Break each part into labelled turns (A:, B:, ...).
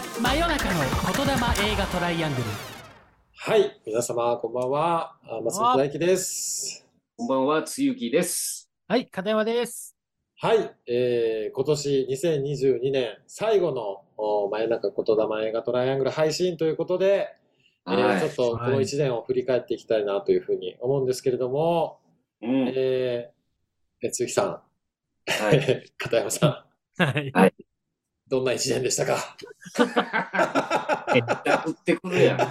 A: 中の言霊映画トライアングル
B: はい、皆様、こんばんは。あ松本大輝です。
C: こんばんは、つゆきです。
A: はい片山です
B: はい、えー、今年2022年最後のお真夜中言霊映画トライアングル配信ということで、えー
C: はい
B: ちょっとこの1年を振り返っていきたいなというふうに思うんですけれども、
C: うん
B: えー、えつゆきさ
C: は
B: ん、
C: い
B: 片山さん、
A: はい
B: どんな1年でしたか
C: ダブってくるやん。ね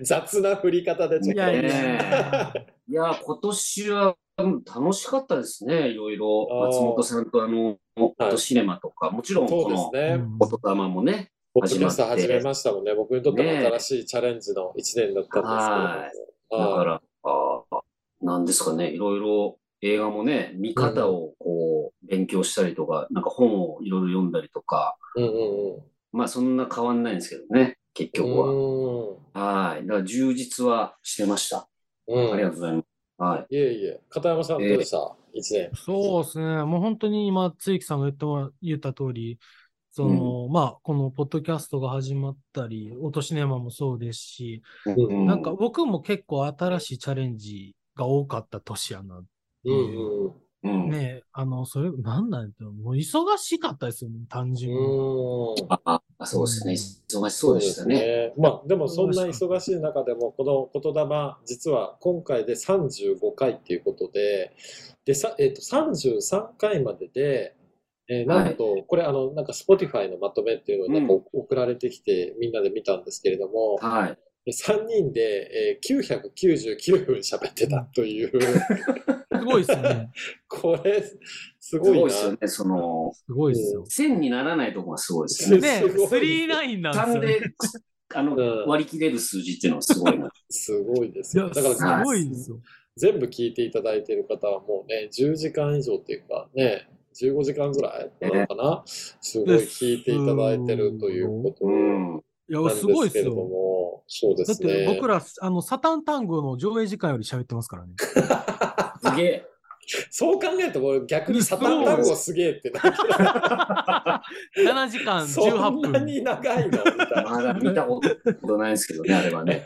B: 雑な振り方でちょっ
A: い
B: と。
A: やいや
C: えいや、今年はうん楽しかったですね、いろいろ。
B: あー
C: 松本さんとあの、ホットシネマとか、もちろん
B: そ
C: こ
B: うです
C: の、
B: ね。
C: 音玉もね。
B: ポッドキャスト
C: 始まって
B: 始めましたもんね。僕にとっても
C: ねえ
B: 新しいチャレンジの一年だったんですけれど
C: だ
B: も。
C: か
B: はい
C: ら、あーなんですかね、いろいろ映画もね、見方をこう、勉強したりとか、なんか本をいろいろ読んだりとか、
B: うんうん
C: まあそんな変わんないんですけどね、結局は。
B: うん。
C: はい。だから充実はしてました。
B: う
C: あ
B: ん。
C: りが
B: うん。
C: とうございます。はい。
B: いえいえ。片山さんどうでした一年。
A: そうですねもう本当に今つゆきさんが言ってもら言った通りその、まあこのポッドキャストが始まったり落としネマもそうですし、
B: うん
A: なんか、僕も結構新しいチャレンジが多かった年やな
B: うんうんうん。
C: うん。
A: ねえあのそれなんなんやろもう忙しかったですよね単純に、
B: うん
C: ああ、そうですね。忙しそうでしたね。。
B: まあでもそんな忙しい中でもこの言霊実は今回で35回っていうことで、でさえっと33回までで、えーなんとこれあのなんか Spotify のまとめっていうのがなんか
C: うん
B: 送られてきてみんなで見たんですけれども、
C: はい。
B: で3人でえー999分喋ってたと いう
A: すごいですよね
B: これす
C: すご
B: ご
C: い
B: いな。
C: ですよね。その、
A: すごいですよ
C: 線にならないとこがすごいですよね。
A: ね
B: すごい
A: スリーラインなんです
C: 3
A: よね
C: で、あの
B: うん、
C: 割り切れる数字っていうのはすごいな。
B: すごいです
A: い
B: よ。
A: や
B: だから
A: すごいですよ。
B: 全部聞いていただいている方はもうね、10時間以上っていうかね、15時間ぐらいなのかな、すごい聞いていただいてるというこ
C: う
B: と
C: ん。
A: いや、す
B: なん
A: ご
B: で
A: い
B: す
A: です
B: けれど
A: よ。
B: も、そうで
A: だっ
B: す
A: て
B: ね。
A: 僕ら、あの、サタン単語の上映時間より喋ってますから ね。
C: すげえ。
B: そう考えると、俺逆にサタン単語すげえっ てな
A: 7時間
B: そ
A: 18
B: んな
A: 分。
B: に長いのみ たいな。
C: まだ見たことないですけどね、あれはね。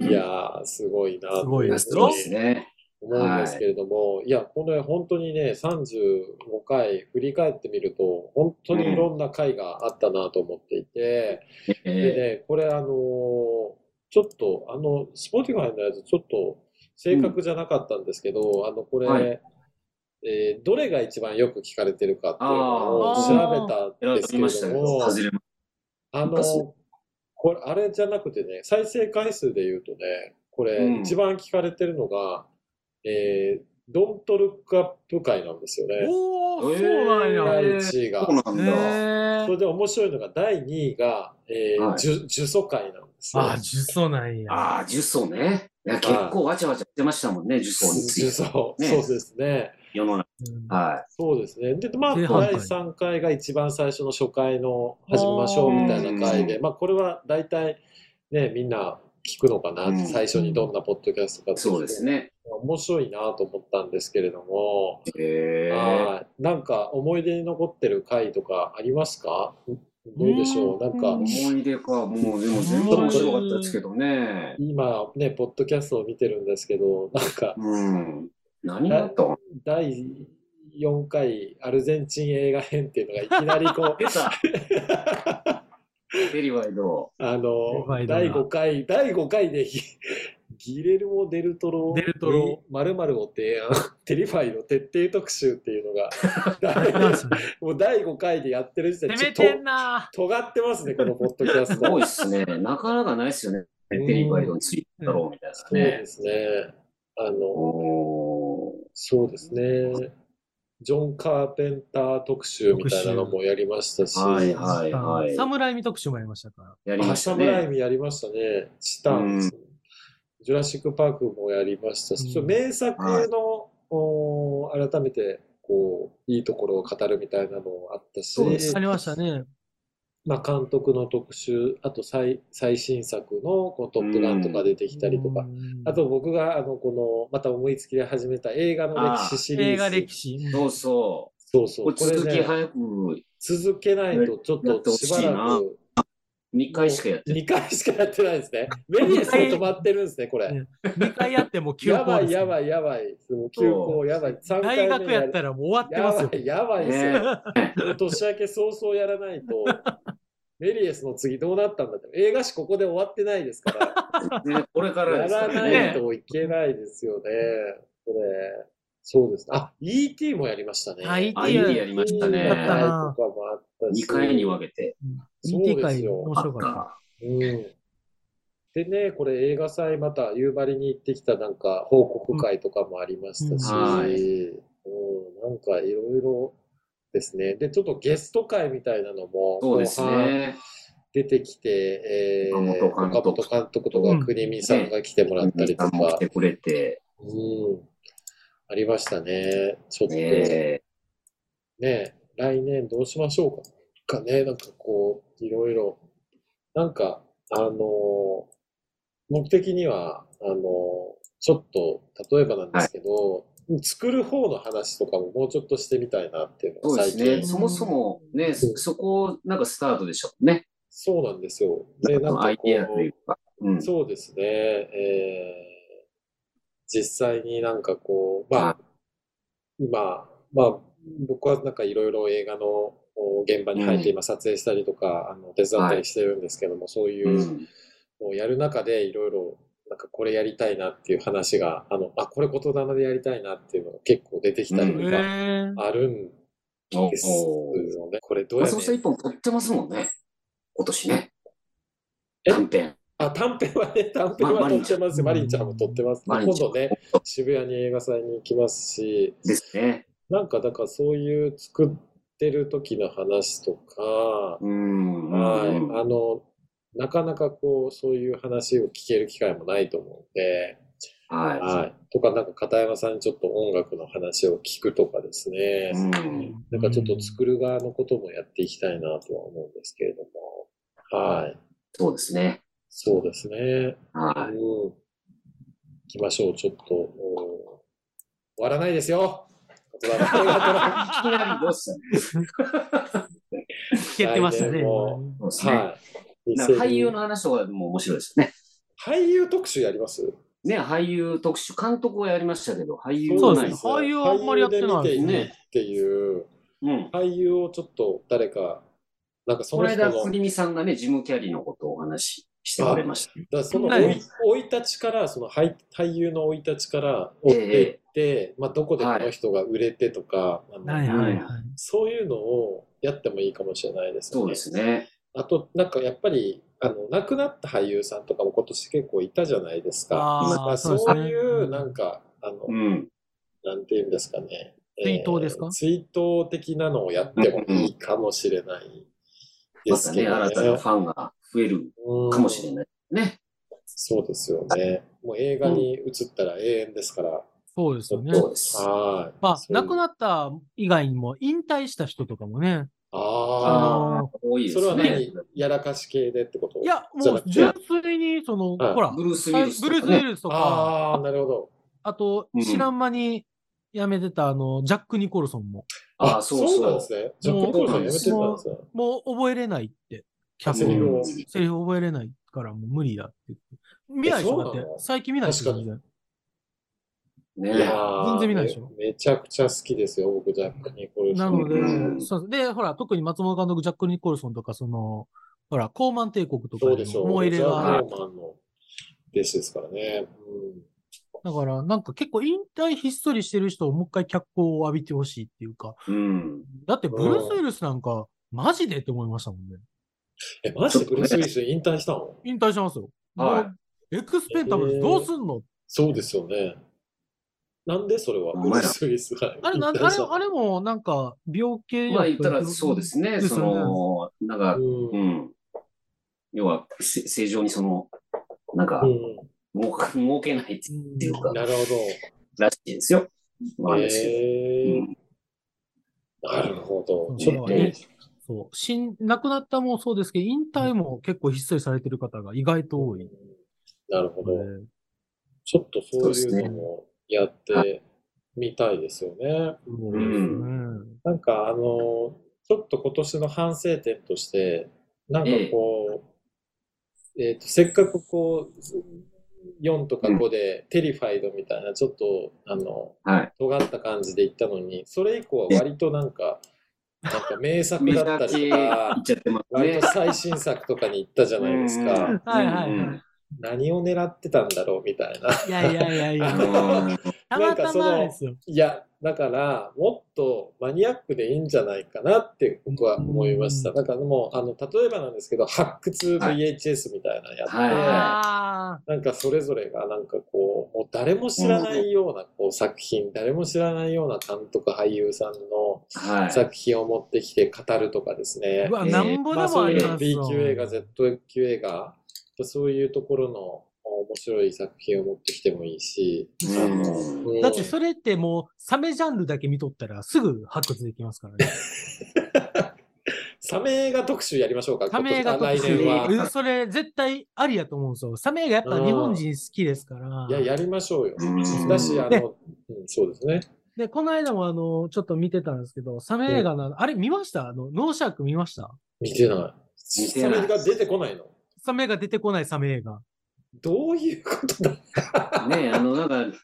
B: いやー、すごいなと
A: すごいです
B: 本当
C: ご
B: に
C: いですね。
B: 思うんですけれども、い、や、これ本当にね、35回振り返ってみると、本当にいろんな回があったなと思っていて、で
C: え
B: ね、これあのーちょっと、あの、Spotify のやつ、ちょっと正確じゃなかったんですけど、あの、これ、
C: はい
B: えーどれが一番よく聞かれてるかっていうのを
A: あー
B: 調
C: ー
B: べたん
C: 選
B: で
C: ば
B: す
C: れ
B: けれど
C: ましたけど、
B: も、
C: 外れまし
B: あの
C: 昔、
B: これ、あれじゃなくてね、再生回数で言うとね、これ、
C: うん
B: 一番聞かれてるのが、えー、Don't Look Up 回なんですよね。
A: おお、
C: えー
A: そうなん
C: ー
A: や。
B: 第1位
C: た。
B: が
C: そ。うなんだ。
A: へ
B: それで面白いのが、第2位が、えー
C: はい
B: 呪呪詛回なんですよ。
A: あ、呪詛なんや。
C: ああ、呪詛ね。いや結構わちゃわちゃしてましたもんね、呪詛について。
B: そう
C: ね
B: そうですね。
C: 世の中。
A: うん
C: は
B: そうですね。で、まあ、
A: 正
B: 第
A: 反対
B: 3回が一番最初の初回の始めましょうみたいな回で、
C: う
B: まあ、これは大体、ね、みんな聞くのかな、
C: うん
B: 最初にどんなポッドキャストか
C: い。そうです
B: ね。
C: ね。
B: 面白いなと思ったんですけれども、
C: へえ。
B: はいなんか思い出に残ってる回とかありますかどうでしょうなんか
A: うん、
C: 思い出か、もうでも全部面白かったですけどね。
B: 今ね、ポッドキャストを見てるんですけど、なんか、
C: うん。何だったの
B: 第4回アルゼンチン映画編っていうのがいきなり こう、
C: 出たデリワイド。
B: あ
A: やば
B: の、
A: いな
B: 第5回、第5回でギ、ギレルモ・デルトロ
A: デルトロ
B: に〇〇を提案、テリファイの徹底特集っていうのが、 第
A: なんすね
B: もう第5回でやってる時点で、
A: 攻め
B: ち
A: て
B: ょっ
A: んな。
B: と尖ってますね、このポッドキャス
C: す
B: ト。
C: ごいっすね。なかなかないっすよね。デリワイドについてだろうみたい
B: そう
C: な
B: で
C: ね。
B: すね。あの、
C: おー
B: そうですね。ジョン・カーペンター特集みたいなのもやりましたし、
C: はいはいはい。
A: サムライミ特集もやりましたから。
C: やり
B: あ
C: まし
B: サ
C: た
B: ムライ
C: ね。
B: ミやりましたね。チタン、
C: うん
B: ジュラシック・パークもやりましたし、
A: うん
B: ちょっと名作の、おー改めてこういいところを語るみたいなのもあったし
C: そうで、す
A: ありましたね。
B: まあ、監督の特集、あと最最新作のこうトップガンとか出てきたりとか、
A: うん
B: あと僕があのこのまた思いつきで始めた映画の歴史シリーズ。
A: 映画歴史。うん
C: そうそ。
B: そうそうう。
C: これ続
B: こ
C: き
B: れね、
C: 早く。
B: 続けないとちょっとしばらく
C: 2回しかやってない。
B: 2回しかやってないで すね。メニエスも止まってるんですね、これ。
A: 2回やっても休
B: や
A: 校
B: ば
A: で
B: い
A: す、
B: やばいやばい。もう休校やばい。3回
A: 大
B: 目
A: 学やった
B: ら
A: らもう終わってますよ。
B: やばいやばいですよ。
C: ね
B: 年明け早々やらないと、 メリエスの次どうなったんだって、映画史ここで終わってないですか、
C: ねこれからら
B: や
C: ですからら
B: ない
C: ね。
B: といけないですよね。これ、そうですね。あ、ET もやりましたね。
A: あ ET
C: あ、いいねやりましたね。
A: やった
B: と
A: な
B: かもあったし。
C: 2回に分けて
B: そう
A: 見て
B: です
A: 会
B: よ
A: 面
C: あっ。
A: 白かった
B: うん。でね、これ映画祭また夕張に行ってきたなんか報告会とかもありましたし、
A: うん
C: はい
B: うん、なんかいろいろですね。で、ちょっとゲスト会みたいなのも、
C: そうです
B: 後半
C: ね。
B: 出てきて、えー、
C: 岡本監督
B: 岡本監督とか国見さんが来てもらったりと
C: さんも
B: か
C: 来、てくれて、
B: うん、ありましたね。ちょっとね、
C: ね
B: 来年どうしましょうか。かね、なんかこう、いろいろ、なんか、あのー目的には、あのーちょっと、例えばなんですけど、作る方の話とかももうちょっとしてみたいなっていうの
C: そう
B: が
C: で
B: 最
C: す
B: 近。
C: ね。そもそもね、そそこ、なんかスタートでしたもんね。
B: そうなんですよ。で、なん
C: ア
B: か
C: イ
B: こ
C: ディア
B: う
C: というか。うん。
B: そうですね。えー実際になんかこう、まあ
C: は、
B: 今、まあ、僕はなんかいろいろ映画のお現場に入って今撮影したりとか、あの手伝ったりしてるんですけども、そういううんのをやる中でいろいろ、なんかこれやりたいなっていう話が、あの、あ、これ言霊でやりたいなっていうのが結構出てきたり
A: え
B: と
C: う
B: か、
A: ー
B: あるん
C: お
B: です
C: お
B: よね。これどうや
C: 松
B: ね
C: 本さん
B: ん
C: 一本撮ってますもんね。今年ね。
B: え
C: 短編。
B: あ、短編はね、短編は
C: ま
B: 撮ってますよ。マ
A: マ
B: リ
A: リ
B: ン
A: ン
B: ち
A: ちゃ
B: ゃん
A: ん
B: も撮ってます。
C: マ
B: 今
C: リンちゃん
B: 度ね、渋谷に映画祭に行きますし、
C: ですね。
B: なんかだからそういう作ってる時の話とか、
C: うん。
B: はい、
C: うん
B: あの、なかなかこう、そういう話を聞ける機会もないと思うんで、
C: は
B: はい。とか、なんか片山さんにちょっと音楽の話を聞くとかですね
C: い。、うん。
B: なんかちょっと作る側のこともやっていきたいなとは思うんですけれども、はい。
C: そうですね。
B: そうですね。
C: は
B: うん。行きましょう、ちょっと。お終わらないです よ。
C: い。いきなりどうしたの
A: 聞けてましたね。
B: 来年も
C: そうですね。
B: はい。
C: なんか俳優の話とかでも面白いですよね。
B: 俳優特集やります
C: ね、俳優特集、監督はやりましたけど、俳優
A: そ
C: は
A: うです
C: ない
A: ね
C: です。
B: よ
A: 俳優はあんまりやってない
B: 俳優で見てい
C: ね
B: くっていう、
C: うん。
B: 俳優をちょっと誰か、なんかそ
C: こ
B: の
C: の
B: 人
C: 間、
B: の、
C: くりみさんがね、ジム・キャリーのことをお話ししてくれました。
B: だからその
A: はい
B: 生い生い立ちから、その俳俳優の生い立ちから追っていって、まあどこでこの人が売れてとか、あの
A: はいはいはい。
B: そういうのをやってもいいかもしれないですね。
C: そうですね。
B: あと、なんかやっぱり、あの、亡くなった俳優さんとかも今年結構いたじゃないですか。
A: あー
B: なんか
A: そうです
B: そ
A: ね
B: ういう、なんか、あの
C: う、ん。
B: なんていうんですかね。
A: 追悼ですか
B: 追悼的なのをやってもいいかもしれないで
C: また
B: すけ
C: ね、
B: ど
C: 新たなファンが増えるかもしれ
B: い。
C: ない。ね。
B: そうですよね。もう映画に移ったら永遠ですから。
A: そうですよね。
C: そうです。
B: はい。
A: まあ、亡く
B: っ
A: なった以外にも、引退した人とかもね、あ
B: た。あ
A: の
B: あ。
C: 多いで
B: それ
C: す
B: は
C: ね
B: 何。やらかし系でってこと
A: いや、
B: じゃ
A: も
B: な
A: う
B: くて
A: 純粋に、その、
B: はい
A: ほら、
C: ブルース・ウィ
A: はい
C: ルスと
A: ブ
C: かね。
A: ルース・ウィルスとか、
B: ああ、なるほど。
A: あと
C: うん、
A: 知らん間に辞めてた、あの、ジャック・ニコルソンも、
C: ああ、そう
B: なんで
C: そ
B: すね。ジャック・ニコルソンやめてたんですね。
A: もう覚えれないって、キャ
C: う。
A: ス
B: セリ
A: ト
B: フを
C: うん
A: セリフ覚えれないからもう無理だって言って。見ないでしょだっ
B: そう
A: て
B: なの、
A: 最近見ないでしょ
B: 確か
A: 全然
B: い
C: ね
B: や。ー
A: 全然見ないでしょ
B: めめちゃくちゃ好きですよ、僕、ジャック・ニコル
A: な
B: ソン。
A: ので、
C: うん
A: そうで、ほら、特に松本監督、ジャック・ニコルソンとか、その、ほら、コーマン帝国とか
B: そう
A: に
B: でしょ
A: も
B: う。
A: 思い入れが
B: ザ・ノーマンの弟子ですからね。
A: だから、なんか結構引退ひっそりしてる人をもう一回脚光を浴びてほしいっていうか、
C: うん。
A: だってブルース・ウィルスなんか、マジでって思いましたもんね。
B: え、マジでブルース・ウィリス引退したの
A: 引退しますよ。
C: はい
A: もうエクスペンタブルスどうすんの、
B: そうですよね。なんでそれは、
C: お
B: ブル
C: 前
B: ー
C: ら
B: ス・ウィリスが
A: あれ、なあ
B: 引
A: れ、
B: 退したの
A: あれもなんか、病気
C: まあ言ったらそうですね。
A: です
C: その
A: よ、
C: なんか、
B: う
C: うんん。要は、せ正常にその、なんか
B: う、
C: 儲か儲けないっていうか
B: ん。、なる
C: らしいですよ。
B: ほ
C: まあ
B: ど。
C: ですけ
B: えー
C: どうん
B: なるほ
A: う
B: ど。
A: ん
B: ちょっと
A: ねそう。死ん、亡くなったもそうですけど、引退も結構ひっそりされてる方が意外と多い。
B: なるほど。
A: ので
B: ちょっとそういうのもやってみたいですよね。
A: そうですね。
B: なんかあの、ちょっと今年の反省点として、なんかこえっと、せっかくこう、4とか5で、テリファイドみたいな、ちょっと、あの、
C: はい。
B: 尖った感じで行ったのに、それ以降は割となんか、なんか名作
C: 目
B: だ
C: 立
B: った
C: ち
B: りと
C: 行
B: か
C: っ、ちゃってます
B: 割
C: ね
B: と。最新作とかに行ったじゃないです
C: う
B: か
C: ん。
A: はいはい
C: うん
B: 何を狙ってたんだろうみたいな。
A: いやいやいやい
C: あ
A: や、
C: の ー
A: た
B: な
A: ま
B: んか
A: た
B: その
A: まですよ。
B: いや、だから、もっとマニアックでいいんじゃないかなって僕は思いました。
A: うん
B: だからもう、あの、例えばなんですけど、発掘
C: はい
B: VHS みたいなのやって、
C: はい
A: あ
B: なんかそれぞれがなんかこう、もう誰も知らないようなこう作品、誰も知らないような監督、俳優さんの
C: はい。
B: 作品を持ってきて語るとかですね
A: ーう。わ、
C: えー
A: なんぼで
B: まあ
A: も
B: そ
A: あ
B: うい
A: り
B: う
A: ます
B: B
A: よ。
B: 級映画、Z 級映画、そういうところの面白い作品を持ってきてもいいし、あの
C: う
B: うん
A: だってそれってもう、サメジャンルだけ見とったらすぐ発掘できます からね。
B: サメ映画特集やりましょうか。
A: サメ映画
B: 今
A: 特
B: 年
A: 集
B: 来年は。
A: うんそれ絶対ありやと思うんですよ。サメ映画やっぱ日本人好きですから。
B: いや、やりましょうよ。
C: うん
B: だし、あ
A: で
B: の、うんそうですね。
A: で、この間もあの、ちょっと見てたんですけど、サメ映画の、あれ見ましたあの、ノーシャーク見ました
B: 見てない。
C: 見てない
B: サメが出てこないの。
A: サメが出てこないサメ映画。
B: どういうことだ
C: ねあの、なんか、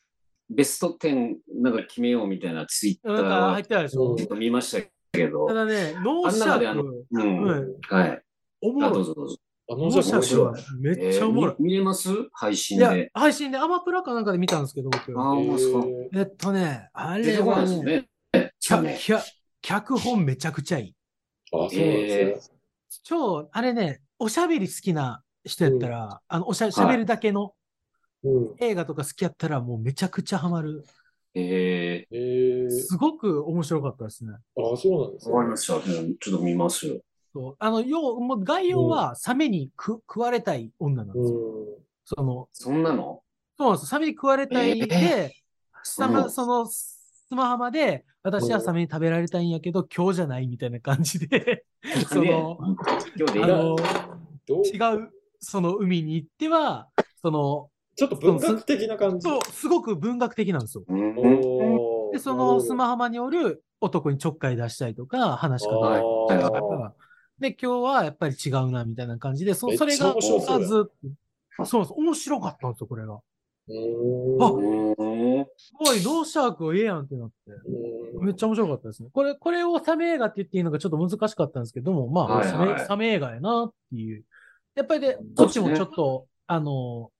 C: ベスト10なんか決めようみたいなツイッタ
A: なんか
C: ーは
A: 入ってたでしょ、
B: うん
C: ちょっと見ましたけど
A: た、だね、ノーシ
C: あ
A: ャ
C: ん
A: ー
C: なのであの
A: ク、
C: うん。
A: う
C: はい。
A: んおも
C: あ、ど
A: ろ
C: う
A: い。
C: ぞどうぞ。
B: あ
A: ノ
B: の、じ
A: ー
B: ゃ
A: シ
B: シ
A: ャー
B: ャ面
A: クはい
B: 白。
A: めっちゃおもろい
C: えー。み見れます配信
A: いや
C: で。、
A: 配信でアマプラかなんかで見たんですけど、僕。
C: あー、そうか。
B: えー
A: えっとね、あ
C: 出
A: れ
C: てこない
A: は
C: です
A: ね、
C: ね。
A: 脚
C: ね
A: 脚脚本めちゃくちゃいい。
B: あ、そうなんですね。
A: 超、あれね、おしゃべり好きな人やったら、あの、おしゃしゃべるだけの
B: うん。
A: 映画とか好きやったら、もうめちゃくちゃハマる。
C: え
B: えー、
A: すごく面白かったですね。
B: あ、そうなんで
C: ー、
B: すね
C: わかりました。うんちょっと見ますよ。
A: そうあの、要、もう概要はサメにく食われたい女なんですよ。
B: う
A: その、
C: そんなの
A: そうなんです。サメに食われたいで、砂
C: う
A: 浜、
C: ん
A: その、砂浜で、私はサメに食べられたいんやけど、今日じゃないみたいな感じで、その、
C: ね今日でいい
A: あ
B: ん。
C: な
A: の
B: どう
A: 違う、その海に行っては、その、
B: ちょっと文学的な感じ。
A: そう、すごく文学的なんですよ。
C: うん
B: おー
A: で、その砂浜におる男にちょっかい出したりとか、話しか
C: あ
A: け
C: ー
A: た
B: な
A: り
B: る
A: と
B: ほど
A: か、で、今日はやっぱり違うな、みたいな感じで、そ
B: めっち
A: そ
B: ゃ
A: れが、
B: 面
A: ずっ
B: 白そうや
A: とそうなんです。面白かったんですよ、これが。
B: う
A: あ
B: ーん
C: うん
A: すごい、ノーシャークをええやんってなって。
B: うん
A: めっちゃ面白かったですね。これ、これをサメ映画って言っていいのかちょっと難しかったんですけども、まあ、
C: はいはい
A: サメサメ映画やなっていう。やっぱりで、
C: そ
A: オ
C: うです
A: チ
C: ね
A: もちょっと、あの、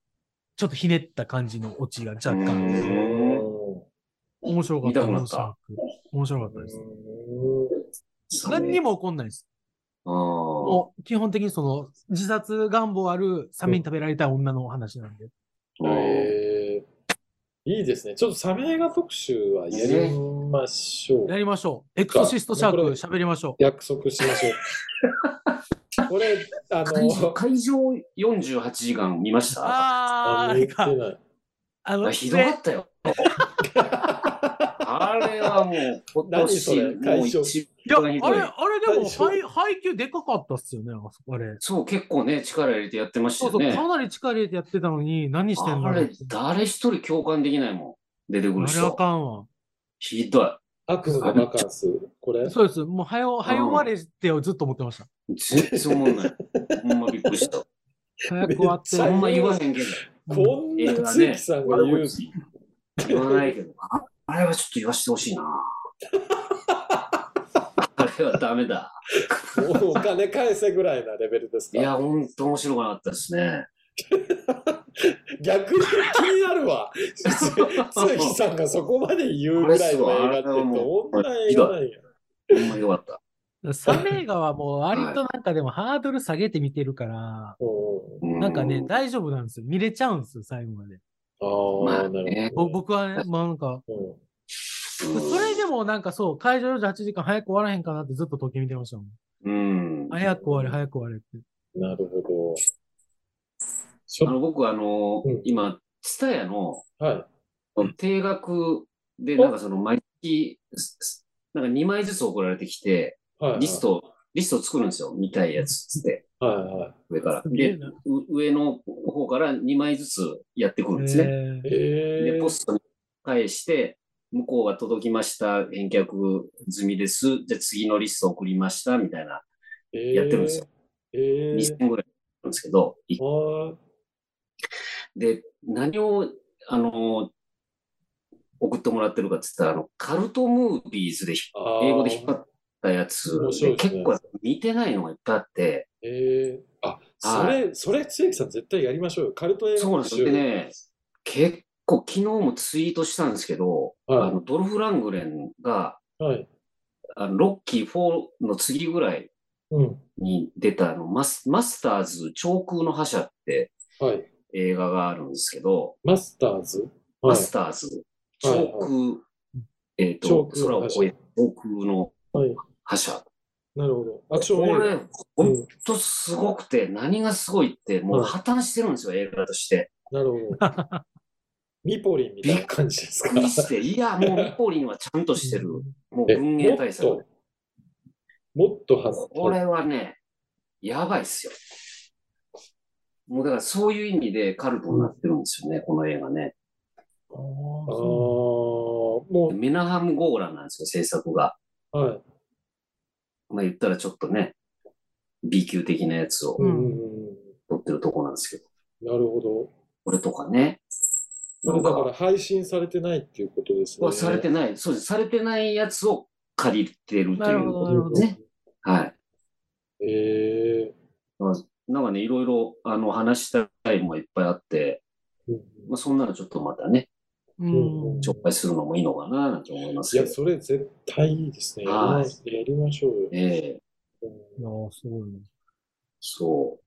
A: ちょっとひねった感じのオチが若
C: う
A: 干、
C: ん
A: 面白かった。
C: 見たくなった
A: 面白かった面白かったです。何にも起こんないです。
C: あー
A: もう、基本的にその、自殺願望あるサメに食べられた女のお話なんで。
B: えーいいですね。ちょっとサメ映画特集はやりましょう。
A: やりましょう。エクソシストシャーク
B: これ
A: 喋りましょ
B: 約束しましょ う。これ、あ
C: 会場
B: の、
C: 会場48時間見まし
A: う。
C: た
A: あー、あ
B: あ
A: れ
B: 見て
A: か。
B: ない。
A: あの、
C: あひどか
A: ね
C: ったよ。あれはもう、 今
B: 何そ
C: 年
B: れ
C: もう一
A: いや、あ
C: 番
A: れ、
C: ひ
A: あ
C: ど
A: れ
C: い。
A: でも
B: 大丈夫
A: 配、配給でかかったっすよね、あそこあれ。
C: そう、結構ね、力入れてやってました
A: そう
C: よ
A: そう、
C: ね
A: か。なり力入れてやってたのに、何してんの
C: あれ、誰一人共感できないもん。出てくる
A: あれあ
C: 人。
A: かんわ。
C: ひど
B: 悪夢のバカンス。これ、
A: そうです。もう、はよ、はよ終われってをずっと思ってました。
C: い。全然思 わない。ほんまびっくりした。
A: 早く終わって。
B: めっちゃ
C: ほ
A: うん
C: ま言わへんけど。
B: こん
C: 映
B: な
C: 画
B: つゆ
C: ね
B: きさんが言う。
C: 言わないけど、ああれはちょっと言わしてほし いな。あれはダメだ。
B: もうお金返せぐらいなレベルです
C: い
B: か。
C: や、ほんと面白くなかったで すね。
B: 逆に気になるわ。つゆきさんがそこまで言うぐらいの映画ってどんな映画なんや。
C: ほんまよかった。
A: サメ映画はもう、割となんかでもハードル下げて見てるから、
B: う
C: う
A: なんかね、大丈夫なんですよ。見れちゃうんですよ、最後まで。
B: んあ
C: ま
B: あ、
C: あ
B: なる
C: ね、
A: ぼ僕はね、まあなんか、
B: ほど。うん
A: それでもなんかそう、会場48時間早く終わらへんかなってずっと時計見てましたもん。
C: うん。あ
A: 早く終われ、早く終われって。
B: なるほど。ちょ
C: の僕、あの、
B: うん
C: 今、ツタヤの
B: はい。
C: 定額で、
B: お
C: なんかその、毎月、すすなんか2枚ずつ送られてきて、
B: はい、はい。
C: リスト、リスト作るんですよ。見たいやつっつって、
B: はいは
C: 上から。
A: すげえ
C: で、
A: な
C: う上の方から2枚ずつやってくるんですね。
A: え
B: い。
A: ー
B: え
C: で、
B: ー、
C: ポストに返して、向こうが届きました、返却済みです。じゃあ次のリスト送りました、みたいな、
B: えー
C: やってるんですよ。
B: えー
C: 2000ぐらいんですけど、い
B: は
C: で、何を、あの、送ってもらってるかって言ったら、あの、カルトムービーズでひ
B: あー
C: 英語で引っ張ったやつ
B: 面白
C: で、
B: いですね
C: 結構見てないのがいっぱいあって、
B: い。えー、あ、そ
C: は
B: れ、それ、つゆきさん絶対やりましょうよ。カルト映画
C: そうなんですよ。でね、結構昨日もツイートしたんですけど、
B: はい
C: あのドルフ・ラングレンが、
B: はい。
C: あのロッキー4の次ぐらい
B: うん。
C: に出たあのマス、マスターズ長空の覇者って
B: はい。
C: 映画があるんですけど、
B: マスターズ。は
C: マ
B: い。
C: スターズ
B: はいはい
C: 長空、えっ、
B: 長
C: と、
B: 空の覇
C: 空を
B: 者
C: 越える航空の
B: はい。
C: 覇者。
B: なるほど。アクション
C: こ
B: 映
C: れ、
B: 画。う
C: 本
B: ん。
C: 当すごくて、何がすごいって、もう
B: はい
C: 破綻してるんですよ、映画 として。
B: なるほど。 ミポリンみたいな感じですか。
C: びっくりして、いや、もうミポリンはちゃんとしてる。もう
B: え
C: 文芸対
B: もっ
C: 策。
B: と、もっとは
C: これはね、やばいっすよ。もうだからそういう意味でカルトになってるんですよね、この映画ね。
A: あ
B: ああ、
A: ー
B: も
C: メナハム・ゴーランなんですよ、制作が。
B: う、はい。
C: まあ言ったらちょっとね、B 級的なやつを
A: うん
C: 撮ってるとこなんですけど、
B: なるほど。
C: これとかね。
B: こ
C: な
B: れ
C: んか
B: だから配信されてないっていうことですね。
C: はされてない、そうです。されてないやつを借りてると
A: ないる
C: う
A: ほど
C: こ
A: なる
C: と
A: ほ
C: です
A: ど。
C: ね。はい。
B: ええ
C: なんかね、いろいろ、あの、話したいのがいっぱいあって、まあ、そんなのちょっとまたね、
A: うん。
C: 紹介するのもいいのかな、なんて思います
B: い
C: け
B: や、
C: ど。
B: それ絶対いいですね。やりま
C: は
B: すやりましょうよ。
C: ええ
A: いやーすごいね。
C: そ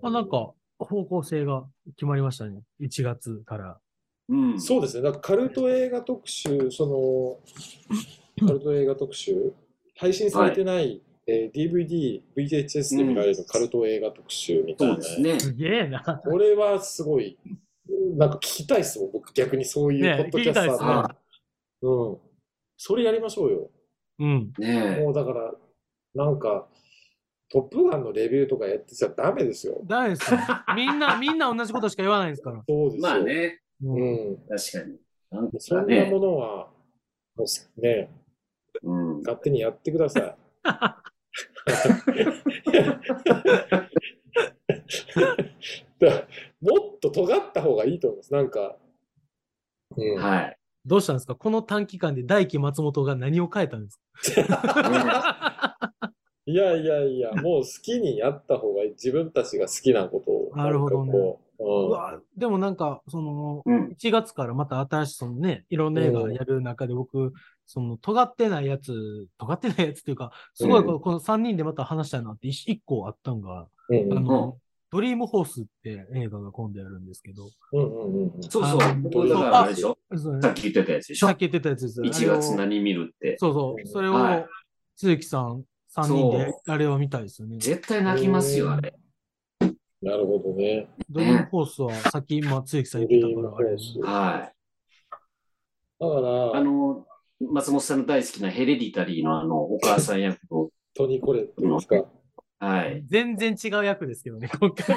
A: まあなんか、方向性が決まりましたね。1月から。
C: う。うん。
B: そうですね。だからカルト映画特集、その、カルト映画特集、配信されてない、えー DVD、VHS で見られるカルト映画特集みたい
C: そ
B: な。
C: うですね。
A: すげえな。
B: これはすごい、なんか聞きたいですもん、僕、逆にそういうポ
A: ね
B: ッドキャスター
A: 聞き
B: さ
A: たい
B: んうん。それやりましょうよ。
A: うん。
C: ね
B: もうだから、なんか、トップガンのレビューとかやってちゃダメですよ。
A: 大ですね。みんな、み んな同じことしか言わないですから。
B: そうです
C: え。
B: よ。
C: まあ。ね、
A: う。
B: うんん。
C: 確かに。なん
B: そ
C: か
B: んなも
C: ね、
B: のは、もうね、
C: うん。
B: 勝手にやってください。だもっと尖った方がいいと思います。なんか、うん、
C: はい。
A: どうしたんですかこの短期間で大輝松本が何を変えたんですか
B: いやいやいや、もう好きにやった方がいい。自分たちが好きなことを。
A: なるほどね
B: なんか
A: う
B: こ
A: わでもなんか、その、
C: うん。
A: 1月からまた新しいそのね、いろんな映画やる中で僕、その、尖ってないやつ、尖ってないやつっていうか、すごいこ,、
C: う
A: この3人でまた話したいなって1個あったんが、
B: ううんう
A: あ
B: ん
A: の、ドリームホースって映画が今度やるんですけど、
B: うんうんうんうん
C: そうそう
A: あ。
C: 僕だからあれでしょ
A: そうね
C: さっき言ってたやつでしょ
A: さっき言ってたやつです。
C: 1月
A: あれを
C: 何見るって。
A: そうそう。それ
C: は
A: を
C: い、
A: 鈴木さん3人で
C: そ
A: あれを見たいですよね。
C: 絶対泣きますよ、あれ。
B: なるほどね。
A: ドリームホースはさっき今、鈴木さん言ってたから、あれ。
B: ドリームホー
C: は
B: だか
C: い。
B: ら、
C: あの、松本さんの大好きなヘレディタリーのあの、お母さん役を。
B: トニー・コレっていうんですか。
C: はい。
A: 全然違う役ですけどね、今 回。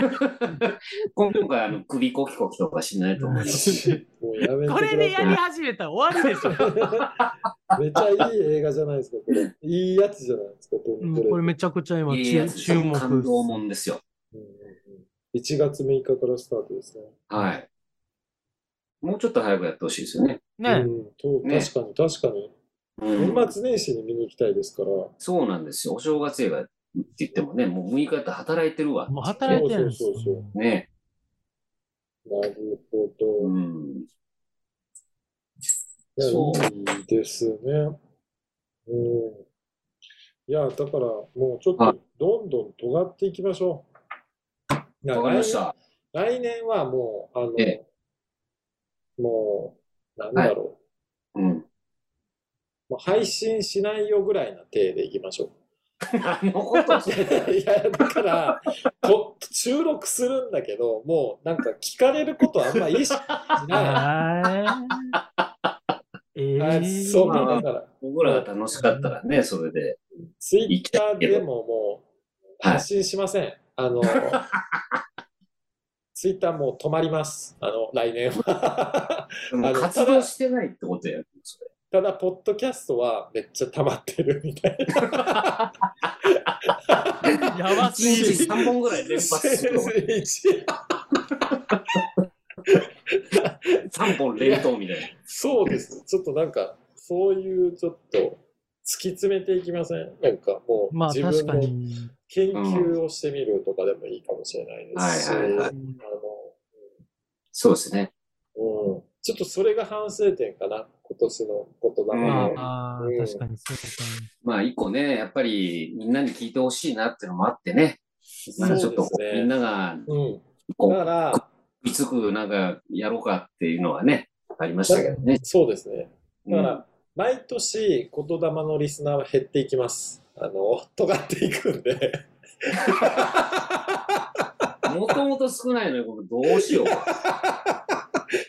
C: 今回、あの、首コキコキとかしないと思います。
B: もうやめて
A: これで
B: くだ
A: や
B: さ
A: り
B: い。
A: 始めたら終わりでしょ。
B: めちゃいい映画じゃないですか、これ。いいやつじゃないですか、ト
A: う
B: ニ
A: ん
B: ー・コ
A: こ
B: レ
A: れめちゃくちゃ今、
C: いいや
A: 注
C: つです
A: 注目
C: 感動もんですよ。
B: うんうんうん1月6日からスタートですね。
C: はい。もうちょっと早くやってほしいですよね。
A: ね
B: う。んと
C: ね
B: 確かに、確かに。
C: うん
B: 年末年始に見に行きたいですから。
C: そうなんですよ。お正月映画って言ってもね、もう6日って働いてるわ。
A: もう働いてるんですよ
B: そうそうそう
C: ね。
B: なるほ
C: う
B: ど。
C: ん。
B: いや
C: そ
B: いいですね。うん。いや、だから、もうちょっ
C: は
B: と、どんどん尖っていきましょう。いや
C: わかりました。
B: 来年来年はもう、あの、
C: え
B: もう、なんだろ
C: うん。
B: う。もう配信しないよぐらいな体でいきましょう。
C: 何のことそれ
B: いや、だから、こ収録するんだけど、もうなんか聞かれることあんま意識しな
A: はーい。え
B: い。
A: ー
B: はい、そう、だから、
C: 僕らが楽しかったらね、それで。
B: ツイッターでももう
C: はい
B: 発信しません。あの、 ツイッターもう止まります。あの、来年は。
C: でも
B: あの
C: 活動してないってことや。それ
B: ただ、ポッドキャストはめっちゃ溜まってるみたいな。
A: やばす
C: 一
A: ぎる。
C: 日3本ぐらい連発するの。
B: 一
C: 3本連投みたいな。
B: そうです。ちょっとなんか、そういうちょっと、突き詰めていきませんなんかもう、
A: まあ
B: 自
A: 確
B: 分
A: か
B: の
A: に。
B: 研究をしてみるとかでもいいかもしれないですし、
C: うんはいはいは
B: あ
C: い
B: の、
C: そうですね。
B: うん、ちょっとそれが反省点かな、今年の言葉
A: ま
B: が、
C: うん
A: あ、あー確かにそうか。
C: まあ一個ね、やっぱりみんなに聞いてほしいなっていうのもあってね。なんかちょっとこ
B: そう
C: う
B: ですね
C: みんなが
B: うん。
C: こ
B: だか
C: う、
B: ら、
C: いつくなんかやろうかっていうのはね、ありましたけどね。
B: そうですね。だか
C: うん
B: ら、毎年、言霊のリスナーは減っていきます。あの、尖っていくんで。
C: もともと少ないのに、僕どうしようか。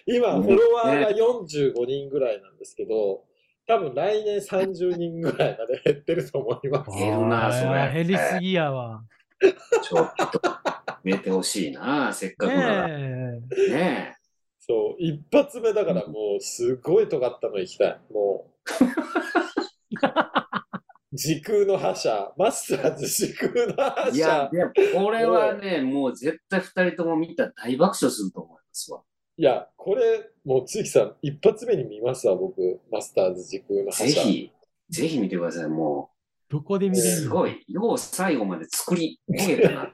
B: 今、フォロワーが45人ぐらいなんですけど、多分来年30人ぐらいまで減ってると思います。
C: 減るな
A: あー
C: それ
A: 減りすぎやわ。
C: ちょっと、寝てほしいな、せっかく
A: ね
C: なら。ね
A: え。
C: え。
B: そう、一発目だからもう、すごい尖ったの行きたい。も う。時空の覇者、マスターズ時空の覇
C: いや
B: 者、。
C: いやこれはね、もう絶対二人とも見たら大爆笑すると思いますわ。
B: いや、これ、もう、つゆきさん、一発目に見ますわ、僕、マスターズ時空の
C: ぜ
B: 覇者。
C: ひ、ぜひ見てください。も
A: どこで
C: う、
A: 見れる
C: す
A: の
C: ごい。よう最後まで作り上げ たなっ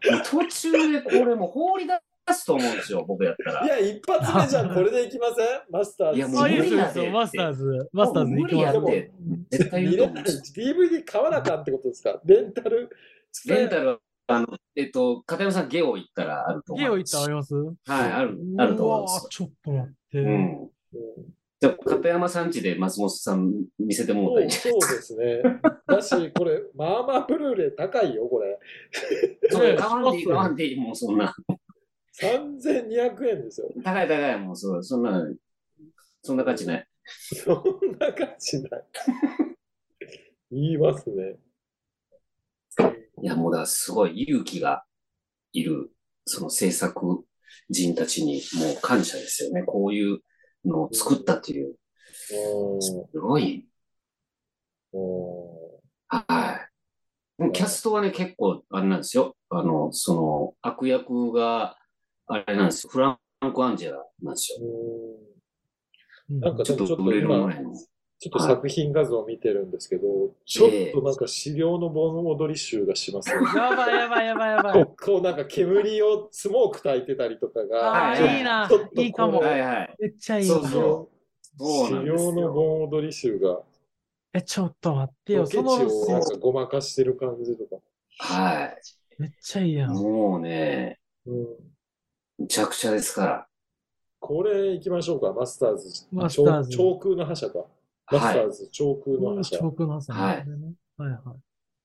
C: て。もう途中でこれもう放り出すと思うんですよ、僕やった
B: い
C: ら。
B: や、一発目じゃん、これでいきませんマスターズ
C: いやもう
A: あ、いいですよいいですよ、
C: 無理だって
A: マスターズ。マスターズ行きます
C: もう無理やって、絶対言
B: 見
C: うと
B: れ
C: 思う
B: なんい
C: ですよ。
B: DVD 買わなあかんってことですかレンタル
C: レンタルは、あの、えっと、片山さん、ゲオ行ったらあると思
A: 家を
C: い
A: 行
C: ま
A: っ
C: す。
A: たらあります
C: はい、ある、あると思うんです
A: わーちょっと待って。
C: よ。うん。
B: うん
C: じゃあ、片山さん家で松本さん見せても
B: そう
C: らっ
B: うそうで すね。だし、これ、まあまあブルーレイ高いよ、これ。
C: た
A: そう
C: らいい。買わんでいい、
A: そう
C: 買わんでいい、もうそんな。
B: 3200円ですよ。
C: 高い高い、もうそう、そんな、そんな価値ない。
B: そんな価値ない。言いますね。
C: いや、もうだ、すごい勇気がいる、その制作人たちに、もう感謝ですよね。こういうのを作ったという、すごい、
B: うんうん
C: はい。でもキャストはね、結構、あれなんですよ。あの、その、悪役が、あれなんですよ。フランク・アンジェラなんですよ。
A: うん
B: なんか
C: ちょっと
B: ちょっと
C: 売れる
B: 今
C: 前の。
B: ちょっと作品画像を見てるんですけど、ちょっとなんか資料の盆踊り集がしますね。
A: やばいやばいやばいやばい。
B: ここうなんか煙をスモーク焚いてたりとかが、
A: あ
C: はい
A: ーいいな
B: ちょっとこ。う
A: いいかも。
C: はいはい。
A: めっちゃいい
C: そ
A: な
C: う。そう。そうなん
B: 主
C: です
B: 要の
C: よ。
B: 盆踊り集が、
A: え、ちょっと待って
B: ロ
A: よ。
B: ケ
A: そ
B: 地を
A: の、
B: なんかごまかしてる感じとか。
C: は
A: めっちゃいい
C: い。
A: やん。
C: もうね、
B: うん
C: むちゃくちゃですか
B: これ行きましょうか、マスターズ。
A: マスターズ
B: 長長空の覇者か。
C: ら。
B: マス
C: は
B: タ
C: い。
B: ーズ、長空の覇者。
A: 遠くの朝
C: はい
A: ねはいはい。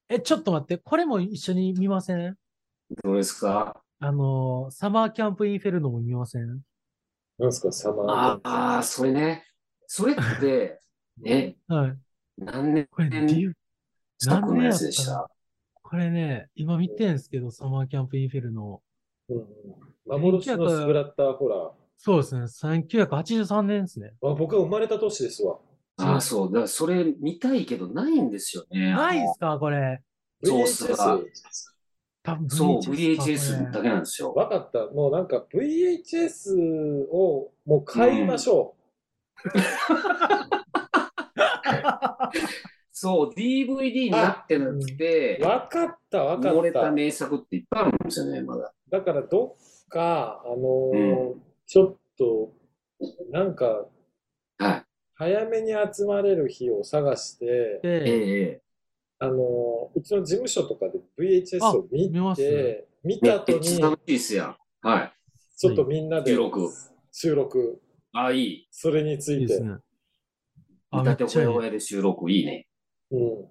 A: え、ちょっと待って。これも一緒に見ません
C: どうですか
A: あのー、サマーキャンプインフェルノも見ません
B: なんですか、サマー
C: ああー、それね。それって、え、
A: はい。
C: 何年
A: これ、理由、
C: 作のやつでし
A: 何
C: た
A: これね、今見てんすけど、サマーキャンプインフェルノ。
B: うんうん幻のスプラッターホラー。
A: そうですね。1983年ですね。
B: あ僕が生まれた年ですわ。
C: ああ、そう。だからそれ見たいけどないんですよね。
A: ない
C: あ
A: っ
C: の
A: すかこれ。
C: そうっす
B: VHS
C: か
A: 多分
C: そう、
A: か
C: VHS
A: これ
C: だけなんですよ。
B: わかった。もうなんか VHS をもう買いましょ
C: そう、DVD になってなくて
B: う。、わ、かった、わか
C: 埋も
B: っ
C: れ
B: た
C: た。名作っていっぱいあるんですよね、まだ。
B: だからどっか、あのー
C: う
B: ちょっと、なんか、
C: はい。
B: 早めに集まれる日を探して、
C: ええ
A: で、
C: え
B: あのーうちの事務所とかで VHS を見
A: 見ます
B: て、見
C: え。め
B: た
C: っち
B: 後
C: ゃ楽
B: に、
C: しいっすやん。はい。
B: ちょっとみんなで
C: 収録
B: 収録
C: ああ、いい。
B: それにつ
A: い
B: い
A: い
B: て。
A: ですね。あ、め
C: 歌
A: っ
C: って
A: ち
C: ほ
A: ゃい
C: や
A: い。
C: ほやで収録、いいね。
B: うん。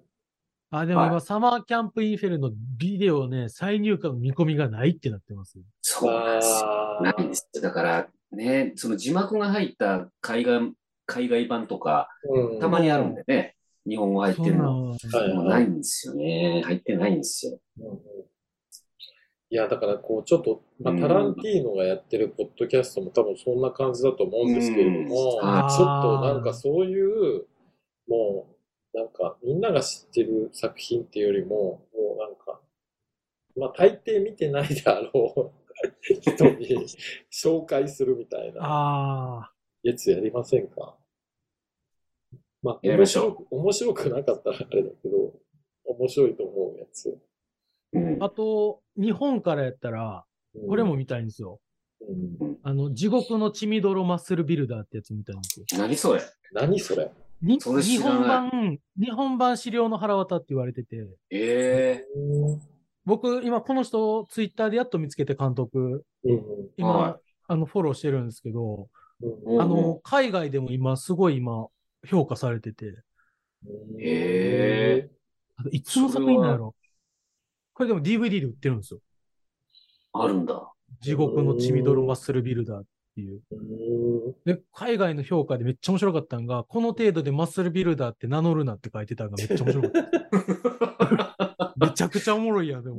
A: あ、でも今、
C: は
A: サマーキャンプインフェルのビデオね、再入荷の見込みがないってなってますよ。
C: そうなんですよ。
B: あー
C: ないんですよ。だから、ね、その字幕が入った海外、海外版とか、
B: うん
C: たまにあるんでね、日本語入ってるの。
A: そう
B: はい
C: もうないんですよね。入ってないんですよ。
B: うんうんいや、だから、こう、ちょっと、まあ、
C: うん
B: タランティーノがやってるポッドキャストも多分そんな感じだと思うんですけれども、
C: うん
B: ちょっとなんかそういう、もう、なんか、みんなが知ってる作品っていうよりも、もうなんか、まあ、大抵見てないであろう人に紹介するみたいな
A: ああ、
B: やつやりませんかまあ、
C: やりましょ
B: う。面白くなかったらあれだけど、面白いと思うやつ。
C: うん。
A: あと、日本からやったら、
B: うん
A: これも、見たいんですよ。
B: うん
A: あの、地獄の血みどろマッスルビルダーってやつ見たいんですよ。
C: 何それ
B: 何それ
A: に
C: それ知
A: 日
C: ら
A: 本
C: ない
A: 版、日本版資料の腹渡って言われてて、
C: ええ
B: うん。
A: 僕、今この人をツイッターでやっと見つけて監督、
B: うん。
A: 今、
C: はい
A: あの、フォローしてるんですけど、
B: うん
C: うん
A: あの、海外でも今、すごい今、評価されてて、
C: へえ
A: あといつの作品なんやろこれでも DVD で売ってるんですよ。
C: あるんだ。
A: 地獄の血みどろマッスルビルダーっていう。
B: うん
A: で、海外の評価でめっちゃ面白かったのが、この程度でマッスルビルダーって名乗るなって書いてたのがめっちゃ面白かった。 めちゃくちゃおもろいやん、でも。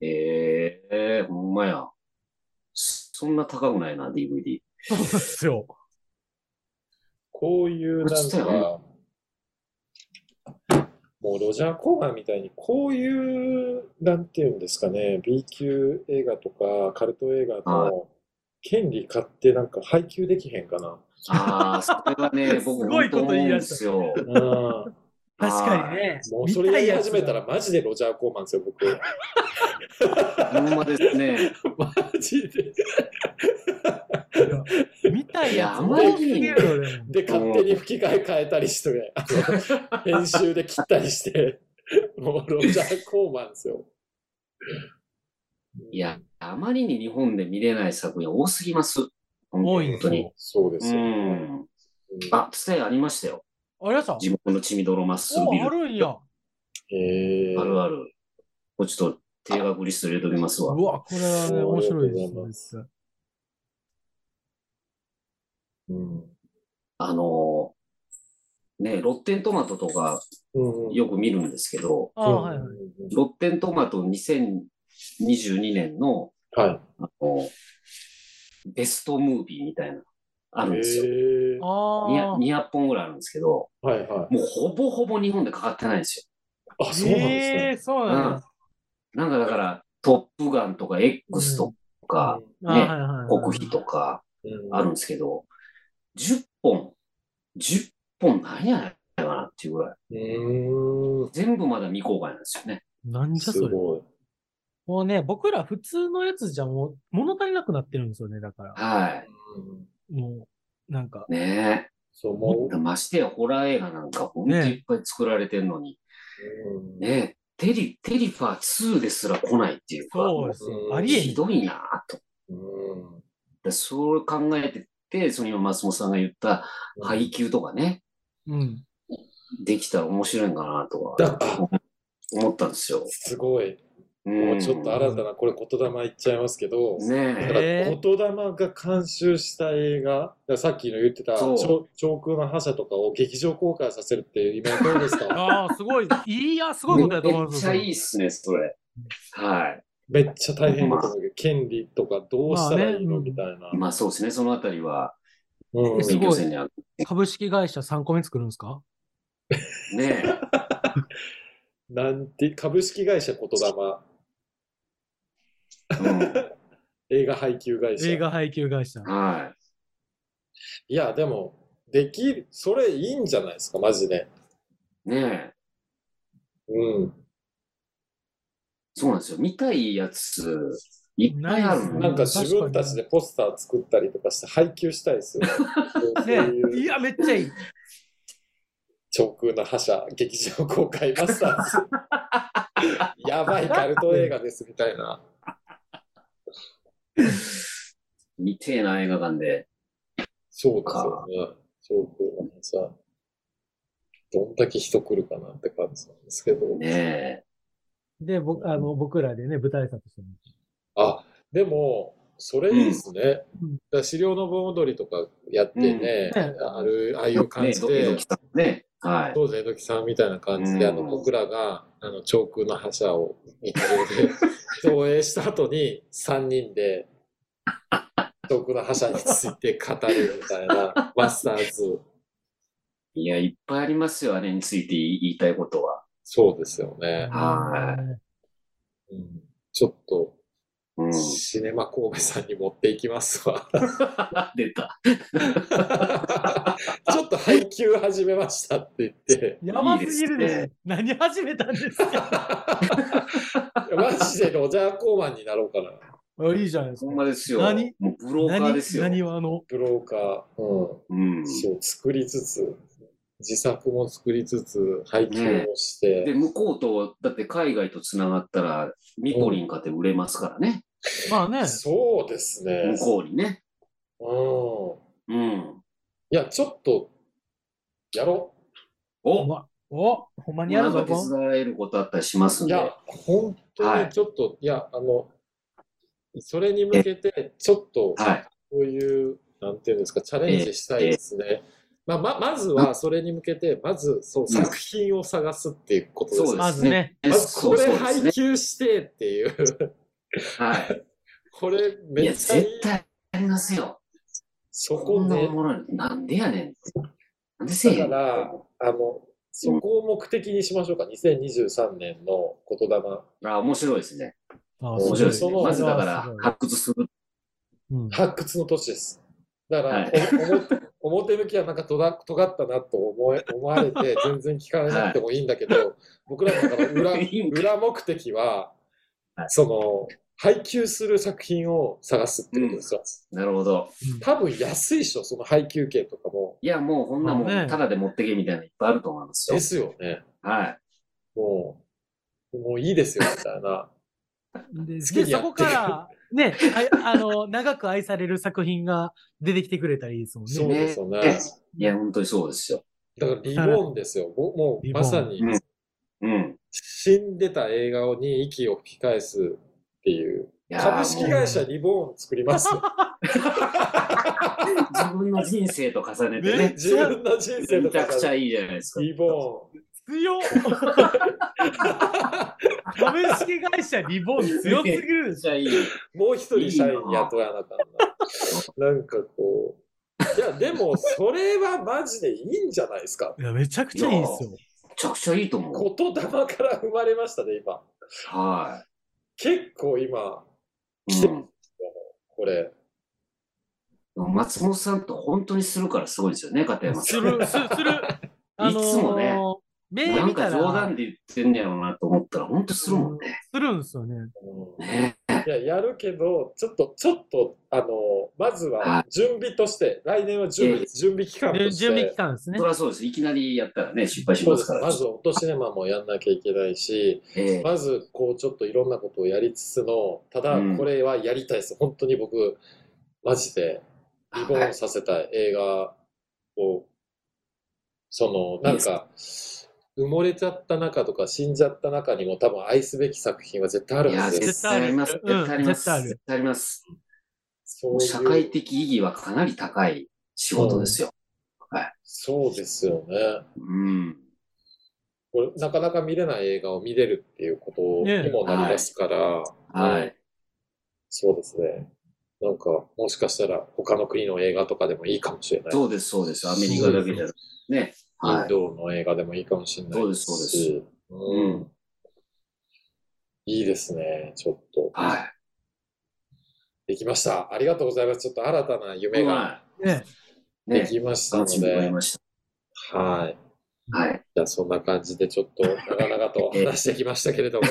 C: ええほんまや。そんな高くないな、DVD。
A: そうなんですよ。
B: こういうな
C: 映
B: ん
C: ったよ
B: か、もうロジャー・コーガンみたいに、こういう、なんていうんですかね、B 級映画とかカルト映画
C: は
B: の権利買ってなんか配給できへんかな。
C: ああ、それは ね、僕、
A: すごいこと言い
C: 本当思うん
A: 出
C: で
A: した
C: すよ。
B: うん、も
A: ね
B: うそれやり始めたらマジでロジャー・コーマンですよ、僕。
C: ほんまですね。
B: マジで。
A: 見たいやつ
C: いや
A: 多すぎるよね。
B: で、勝手に吹き替え変えたりして、あの編集で切ったりして、もうロジャー・コーマンですよ。
C: いや、あまりに日本で見れない作品多すぎます。
A: 多いん
C: 本
A: です
C: 当に。
A: よ。
B: そうで
C: う
B: すよ。
C: ん。
B: うん
C: あ、ツタヤありましたよ。
A: あれさ、
C: 地元の血みどろマッスルビ
A: おあ
C: ル。
A: るんや。
B: へえ
C: あるある。これちょっと定額リスト入れときますわ
A: う。わ、これはね、面白い
B: ありがとうござい
A: で。
B: ますうん。
C: あのーね、ロッテントマトとか
B: うん
C: よく見るんですけど、
A: ああ、はいはい。
B: い。
C: ロッテントマト2022年の、
B: はい。
C: あのーベストムービーみたいな、あるんですよ。
B: へえ
A: あ
C: 200本ぐらいあるんですけど、
B: はいはい。
C: もうほぼほぼ日本でかかってないんです
B: あ、
A: あ。
B: そうなんです
A: え
B: ね。
A: え、そうなんや。
C: よ。なんかだから、トップガンとか X とか、
A: あ
C: ね
A: はいはいはい
C: 国費とか
B: うん
C: あるんですけど、10本、10本なんやないかなっていうぐらい。
B: うーん。
C: 全部まだ未公開なんですよね。
A: なんじゃ
B: す
A: それ。
B: ごい。
A: もうね、僕ら普通のやつじゃもう物足りなくなってるんですよね、だから。
C: は
B: うん
A: もう、なんか、
C: い。ね
B: そう、も
C: え。ましてやホラー映画なんか本当いっぱい作られてるのに、
B: う、うん
C: ねえ、テリ、テリファ2ですら来ないっていうか、
A: そうです
B: うん
A: よ。ありえん
C: ひ。どいなぁと。
B: うん
C: でそう考えてて、その今松本さんが言った配給とかね、
A: うん。
C: できたら面白いんかなと
B: だ
C: は思ったんですよ。
B: すごい。
C: も
B: もうちょっと新たな、これ言霊言っちゃいますけど、だ
C: ね
B: から
A: えー
B: 言霊が監修した映画、だからさっきの言ってた
C: そう
B: 超上空の覇者とかを劇場公開させるっていうイメージどうですか
A: ああ、すごい。いや、す
C: え。
A: ごいことやと思
C: め
A: うん
C: っ
A: です
C: ち
A: よ。
C: ゃいいっすね、それ。は
B: めっちゃ大変だと思うけど、権利とかどうしたらいいのみたいな。
C: い。まあそうですね、そのあたりは、
B: うん
A: えす
C: 選
A: ごい
C: 挙戦にある。
A: 株式会社3個目作るんですか
C: ねえ。
B: なんて、株式会社言霊、
C: うん
B: 映画配給会社。
A: 映画配給会社。
C: はい
B: や、でも、できる、それいいんじゃないですか、マジで。
C: い。ねえ。
B: うん。
C: そうなんですよ。見たいやつ、いっぱいある
A: う
C: の
A: ん
B: なんか
C: ね。
B: 自分たちでポスター作ったりとかして配給したいですよ。そう
A: ね
B: いう
A: いや、めっちゃいい。
B: 長空の覇者、劇場公開マスターズ。やばいカルト映画ですみたいな。
C: 見てえな、映画館で。
B: そうですよね。長空の覇者。どんだけ人来るかなって感じなんですけど。
C: ね
A: で、僕、あの、僕らでね、舞台挨拶してる。
B: あ、でも、それいいですね。だか
A: うん
B: ら資料の盆踊りとかやってね、
A: うんね
B: ある、ああ
C: え。
B: いう感じ
C: ねえ
B: で、
C: ドキドキさんね。はい。
B: 当時江戸木さんみたいな感じで、
C: うん
B: あの、僕らが、あの、長空の覇者を日 常で投影した後に、3人で、長空の覇者について語るみたいな、マスターズ。
C: いや、いっぱいありますよ、あれについて言いたいことは。
B: そうですよね。
C: は
B: うん、ちょっと、
C: い。うん。
B: シネマ神戸さんに持っていきますわ。
C: 出た。
B: ちょっと配給始めましたって言って、
A: やばすぎるでしょ
C: いいです
A: 何始めたんですか
B: マジでロジャー・コーマンになろうかな。
A: あいいじゃないです
C: ほ
A: か
C: ん。まですよ。
A: 何
C: もうブローカーですよ。
A: 何何はあの、
B: ブローカー、うん、
C: うん。
B: そう作りつつ、自作も作りつつ、配給もして、
C: で、向こうと、だって海外と繋がったら、ミポリン買って売れますからね。
A: まあね、
B: そうですね
C: 向。こうにね。
B: うん。
C: うん。
B: いや、ちょっと、やろ
A: お
C: お
A: ま、おほんまにあ
C: な
A: る
C: ん
A: ぞ
C: か手伝えることあったりします
B: う。
C: ん
B: い
C: で。
B: や、本当
C: は
B: に
C: い
B: ちょっと、い、や、あの、それに向けて、ちょっと、
C: はい。
B: こういう、なんていうんですか、チャレンジしたいですね。まあ、ままずは、それに向けて、まず、そう、作品を探すっていうことです
C: そ
B: ね。
C: うです
A: まずね、
C: え
B: まず
C: そ
B: こ
C: うそ
B: れ
C: うです
B: 配
C: ね。
B: 給してっていう。
C: は
B: これ
C: い。い
B: め
C: や、
B: っちゃいい
C: 絶。対ありますよ。
B: そ
C: こ
B: こ
C: んな
B: ね
C: お、もろいの。なんでやねんって。なんでせえへんの
B: だからあの、そこを目的にしましょうか。2023年の言霊。
C: あ、面白いですね。
A: あ
B: 面
C: 面
A: すご
C: 白いです
B: そ
C: ね。
B: の
C: まずだか
A: す
C: ら
A: ごい、
C: 発掘する。
A: うん
B: 発掘の年です。だから、
C: はい
B: おおも表向きはなんかとが尖ったなと思え思われて、 全然聞かれなくてもいいんだけど、僕らのだから裏
C: いいんか
B: 裏目的は
C: は、い
B: その、配給する作品を探すってことですか。
C: なるほど。
B: 多分安いでしょ、その配給系とかも。
C: いや、もうこんなも
A: まあね
C: ん、ただで持ってけみたいなのいっぱいあると思います
B: で
C: よ。
B: すよね。
C: はい。
B: もう、もういいですよ、みたいな。
A: で
B: 好き
A: で
B: にや
A: そ
B: って
A: こ
B: る
A: から、ね、ああの、長く愛される作品が出てきてくれたらいいですもん
B: そう
A: ね。
B: ですよね。
C: えいや、本当にそうですよ。
B: だからリボーンですよ。もうもう
A: リボーン
B: まさに
C: うんうん。
B: 死んでた映画に息を吹き返すっていう。
C: いやー
B: 株式会社リボーン作りますよ。
C: もう自分の人生と重ねて
A: ね
C: ね。
B: 自分の人生
C: め
B: と
C: ちゃくち
B: か
C: ゃいいじゃないですか。
B: リボーン。
A: 強っ株式会社リボーン強すぎる
C: めち
A: でしょ。
C: ゃくちゃいい。
B: もう一人社員雇わなかった。なんかこう。いや、でもそれはマジでいいんじゃない ですか。
A: いや、めちゃくちゃいいですよ。
C: めちゃくちゃいいと思う。
B: 言霊から生まれましたね、今。
C: は
B: 結構今、
C: い。うん
B: これ。
C: 松本さんと本当にするからすごいですよね、片山
A: す
C: さん。
A: る、すする。あのー
C: いつもね。
A: 目
C: なん
A: 見た
C: から冗談で言ってんねやろうなと思ったら、本当するもんね。
A: するんですよね。
B: うん
C: ね
B: いや、やるけど、ちょっと、ちょっと、あの、まず
C: は
B: は準備として、来年は準
C: ええ
B: 備、準備期間と
A: で
B: して、
A: 準備期間ですね
C: そり。ゃそうです。いきなりやったらね、失敗し
B: そう
C: ま
B: ですす
C: か
B: ね。
C: ら
B: ま。ず、落としネマもやんなきゃいけないし、
C: ええ
B: まず、こう、ちょっといろんなことをやりつつの、ただ
C: うん、
B: これはやりたいです。本当に僕、マジで、リボ
C: は
B: ー
C: い
B: ンさせたい映画を、その、なんか、埋もれちゃった中とか、死んじゃった中にも、多分愛すべき作品は絶対ある
C: い
B: は
C: や、
B: ずです。
C: 絶対あります。
A: うん
C: 絶対ありま
A: 絶
C: す。
A: 対ある
C: 絶対あります。
B: そう
C: も
B: いう
C: う社会的意義はかなり高い仕事ですよ。
B: そうですよね。
C: うん。
B: これなかなか見れない映画を見れるっていうことにもなりますから、
C: はい。
B: そうですね。なんか、もしかしたら他の国の映画とかでもいいかもしれない。
C: そうです、そうです。アメリカだけじゃなくて。ね。
B: イ
C: は
B: ン
C: い。
B: ドの映画でもいいかもしれない
C: そうですそうです
B: しうん。いいですね。ちょっと。
C: は
B: できました。ありがとうございます。ちょっと新たな夢
C: い。
B: が
C: は
A: ね。
C: い。
B: で
C: ね。
B: きましたの
C: 楽しみに思い
B: で、
C: まし
B: はい。
C: た。はい。
B: じゃあそんな感じでちょっと長々と話してきましたけれ ども、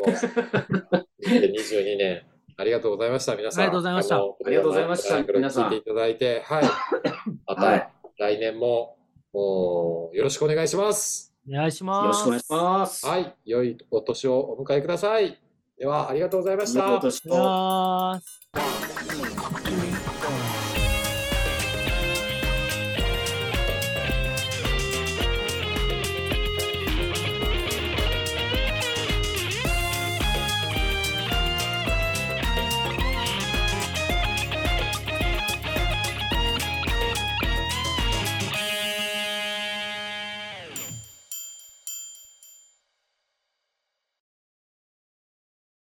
B: 2022年、ありがとうございました、皆さん。
A: ありがとうございました
B: の
C: ありがとうございました
B: いろいろ聞いていただいて、はい。 ま
C: は
B: た
C: い
B: 来年も、もうよろしくお願いします。
A: お願いします。
C: よろしくお願いします。
B: はい。良いお年をお迎えください。では、ありがとうございまし
C: いい
B: た
C: お。年
A: お
C: を
A: 願いします。
D: 「君